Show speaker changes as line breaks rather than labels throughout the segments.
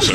So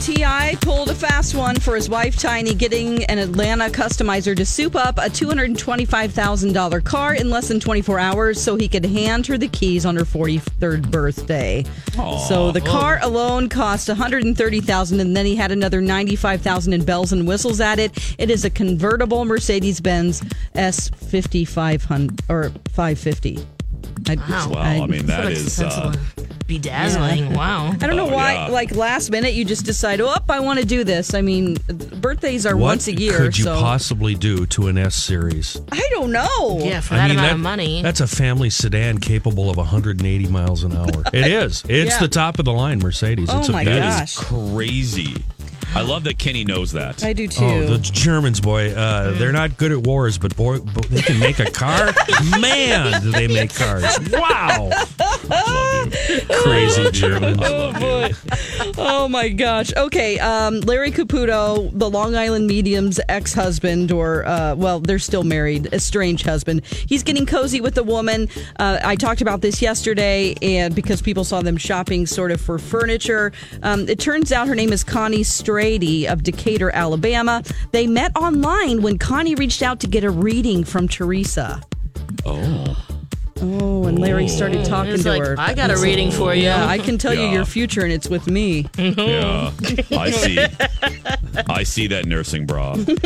Ti pulled a fast one for his wife Tiny, getting an Atlanta customizer to soup up a two hundred twenty-five thousand dollar car in less than twenty-four hours, so he could hand her the keys on her forty-third birthday. So the car alone cost one hundred and thirty thousand, and then he had another ninety-five thousand in bells and whistles at it. It is a convertible Mercedes-Benz S fifty-five hundred or five fifty.
Wow. Well,
I mean, that is, uh,
bedazzling. Wow.
I don't know
Oh,
why,
yeah.
like last minute, you just decide, oh, I want to do this. I mean, birthdays are
what
once a year,
could you
so
possibly do to an S series?
I don't know.
Yeah, for that amount of money.
That's a family sedan capable of 180 miles an hour. it is. It's
Yeah.
the top of the line Mercedes.
Oh
it's a
my
big-
gosh.
that is crazy. I love that Kenny knows that.
I do too. Mm.
Oh, the Germans, boy, uh, they're not good at wars, but boy, but they can make a car. Man, do they make cars! Wow,
Love you.
crazy Germans.
I love you.
oh my gosh. Okay, um, Larry Caputo, the Long Island Medium's ex-husband, or uh, well, they're still married, estranged husband. He's getting cozy with the woman. Uh, I talked about this yesterday, and because people saw them shopping sort of for furniture, um, it turns out her name is Connie Strady of Decatur, Alabama. They met online when Connie reached out to get a reading from Teresa. Oh. Oh, and Larry started talking
It's
to
like,
her.
I got a reading for you.
yeah, I can tell you
Yeah.
your future, and it's with me.
Yeah, I see. I see that nursing bra.
Oh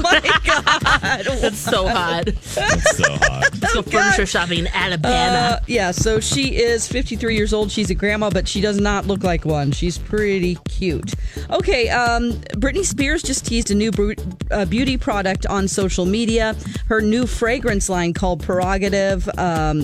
my god!
That's so hot. Let's
It's so hot.
go furniture shopping in Alabama.
Uh, yeah, so she is 53 years old. She's a grandma, but she does not look like one. She's pretty cute. Okay, um, Britney Spears just teased a new bru- uh, beauty product on social media. Her new fragrance line called Prerogative. Um,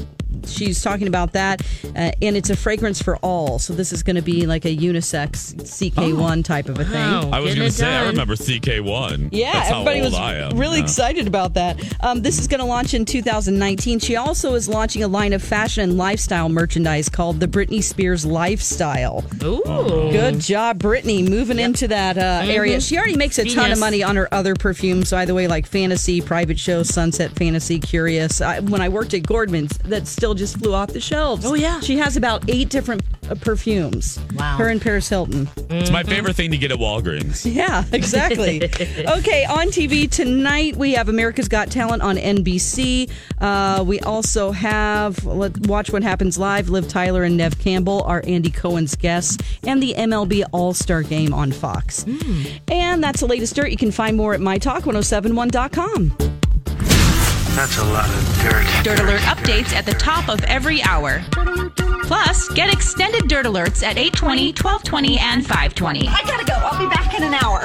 she's talking about that, uh, and it's a fragrance for all. So this is going to be like a unisex CK1 type of a thing.
Wow,
I was going
getting oh, it
to say, I
done.
remember CK1.
Yeah,
That's how
everybody
old
was
I am.
really
Yeah.
excited about that. Um, this is going to launch in 2019. She also is launching a line of fashion and lifestyle merchandise called the Britney Spears Lifestyle.
Mm-hmm.
Ooh.
Good job, Britney, moving into that uh,
Mm-hmm.
area. She already makes a ton of
Venus.
money on her other perfumes, by the way, like Fantasy, Private Show, Sunset Fantasy, Curious. I, when I worked at Gordman's, that still just flew off the shelves.
Oh, yeah.
She has about eight different uh, perfumes.
Wow.
Her and Paris Hilton.
It's my favorite thing to get at Walgreens.
Yeah, exactly. okay, on TV tonight we have America's Got Talent on NBC. Uh, we also have let Watch What Happens Live. Liv Tyler and Nev Campbell are Andy Cohen's guests, and the MLB All Star Game on Fox. And that's the latest dirt. You can find more at mytalk1071.com.
That's a lot of dirt.
Dirt Alert updates at the top of every hour. Plus, get extended Dirt Alerts at 820, 1220, and 520.
I gotta go. I'll be back in an hour.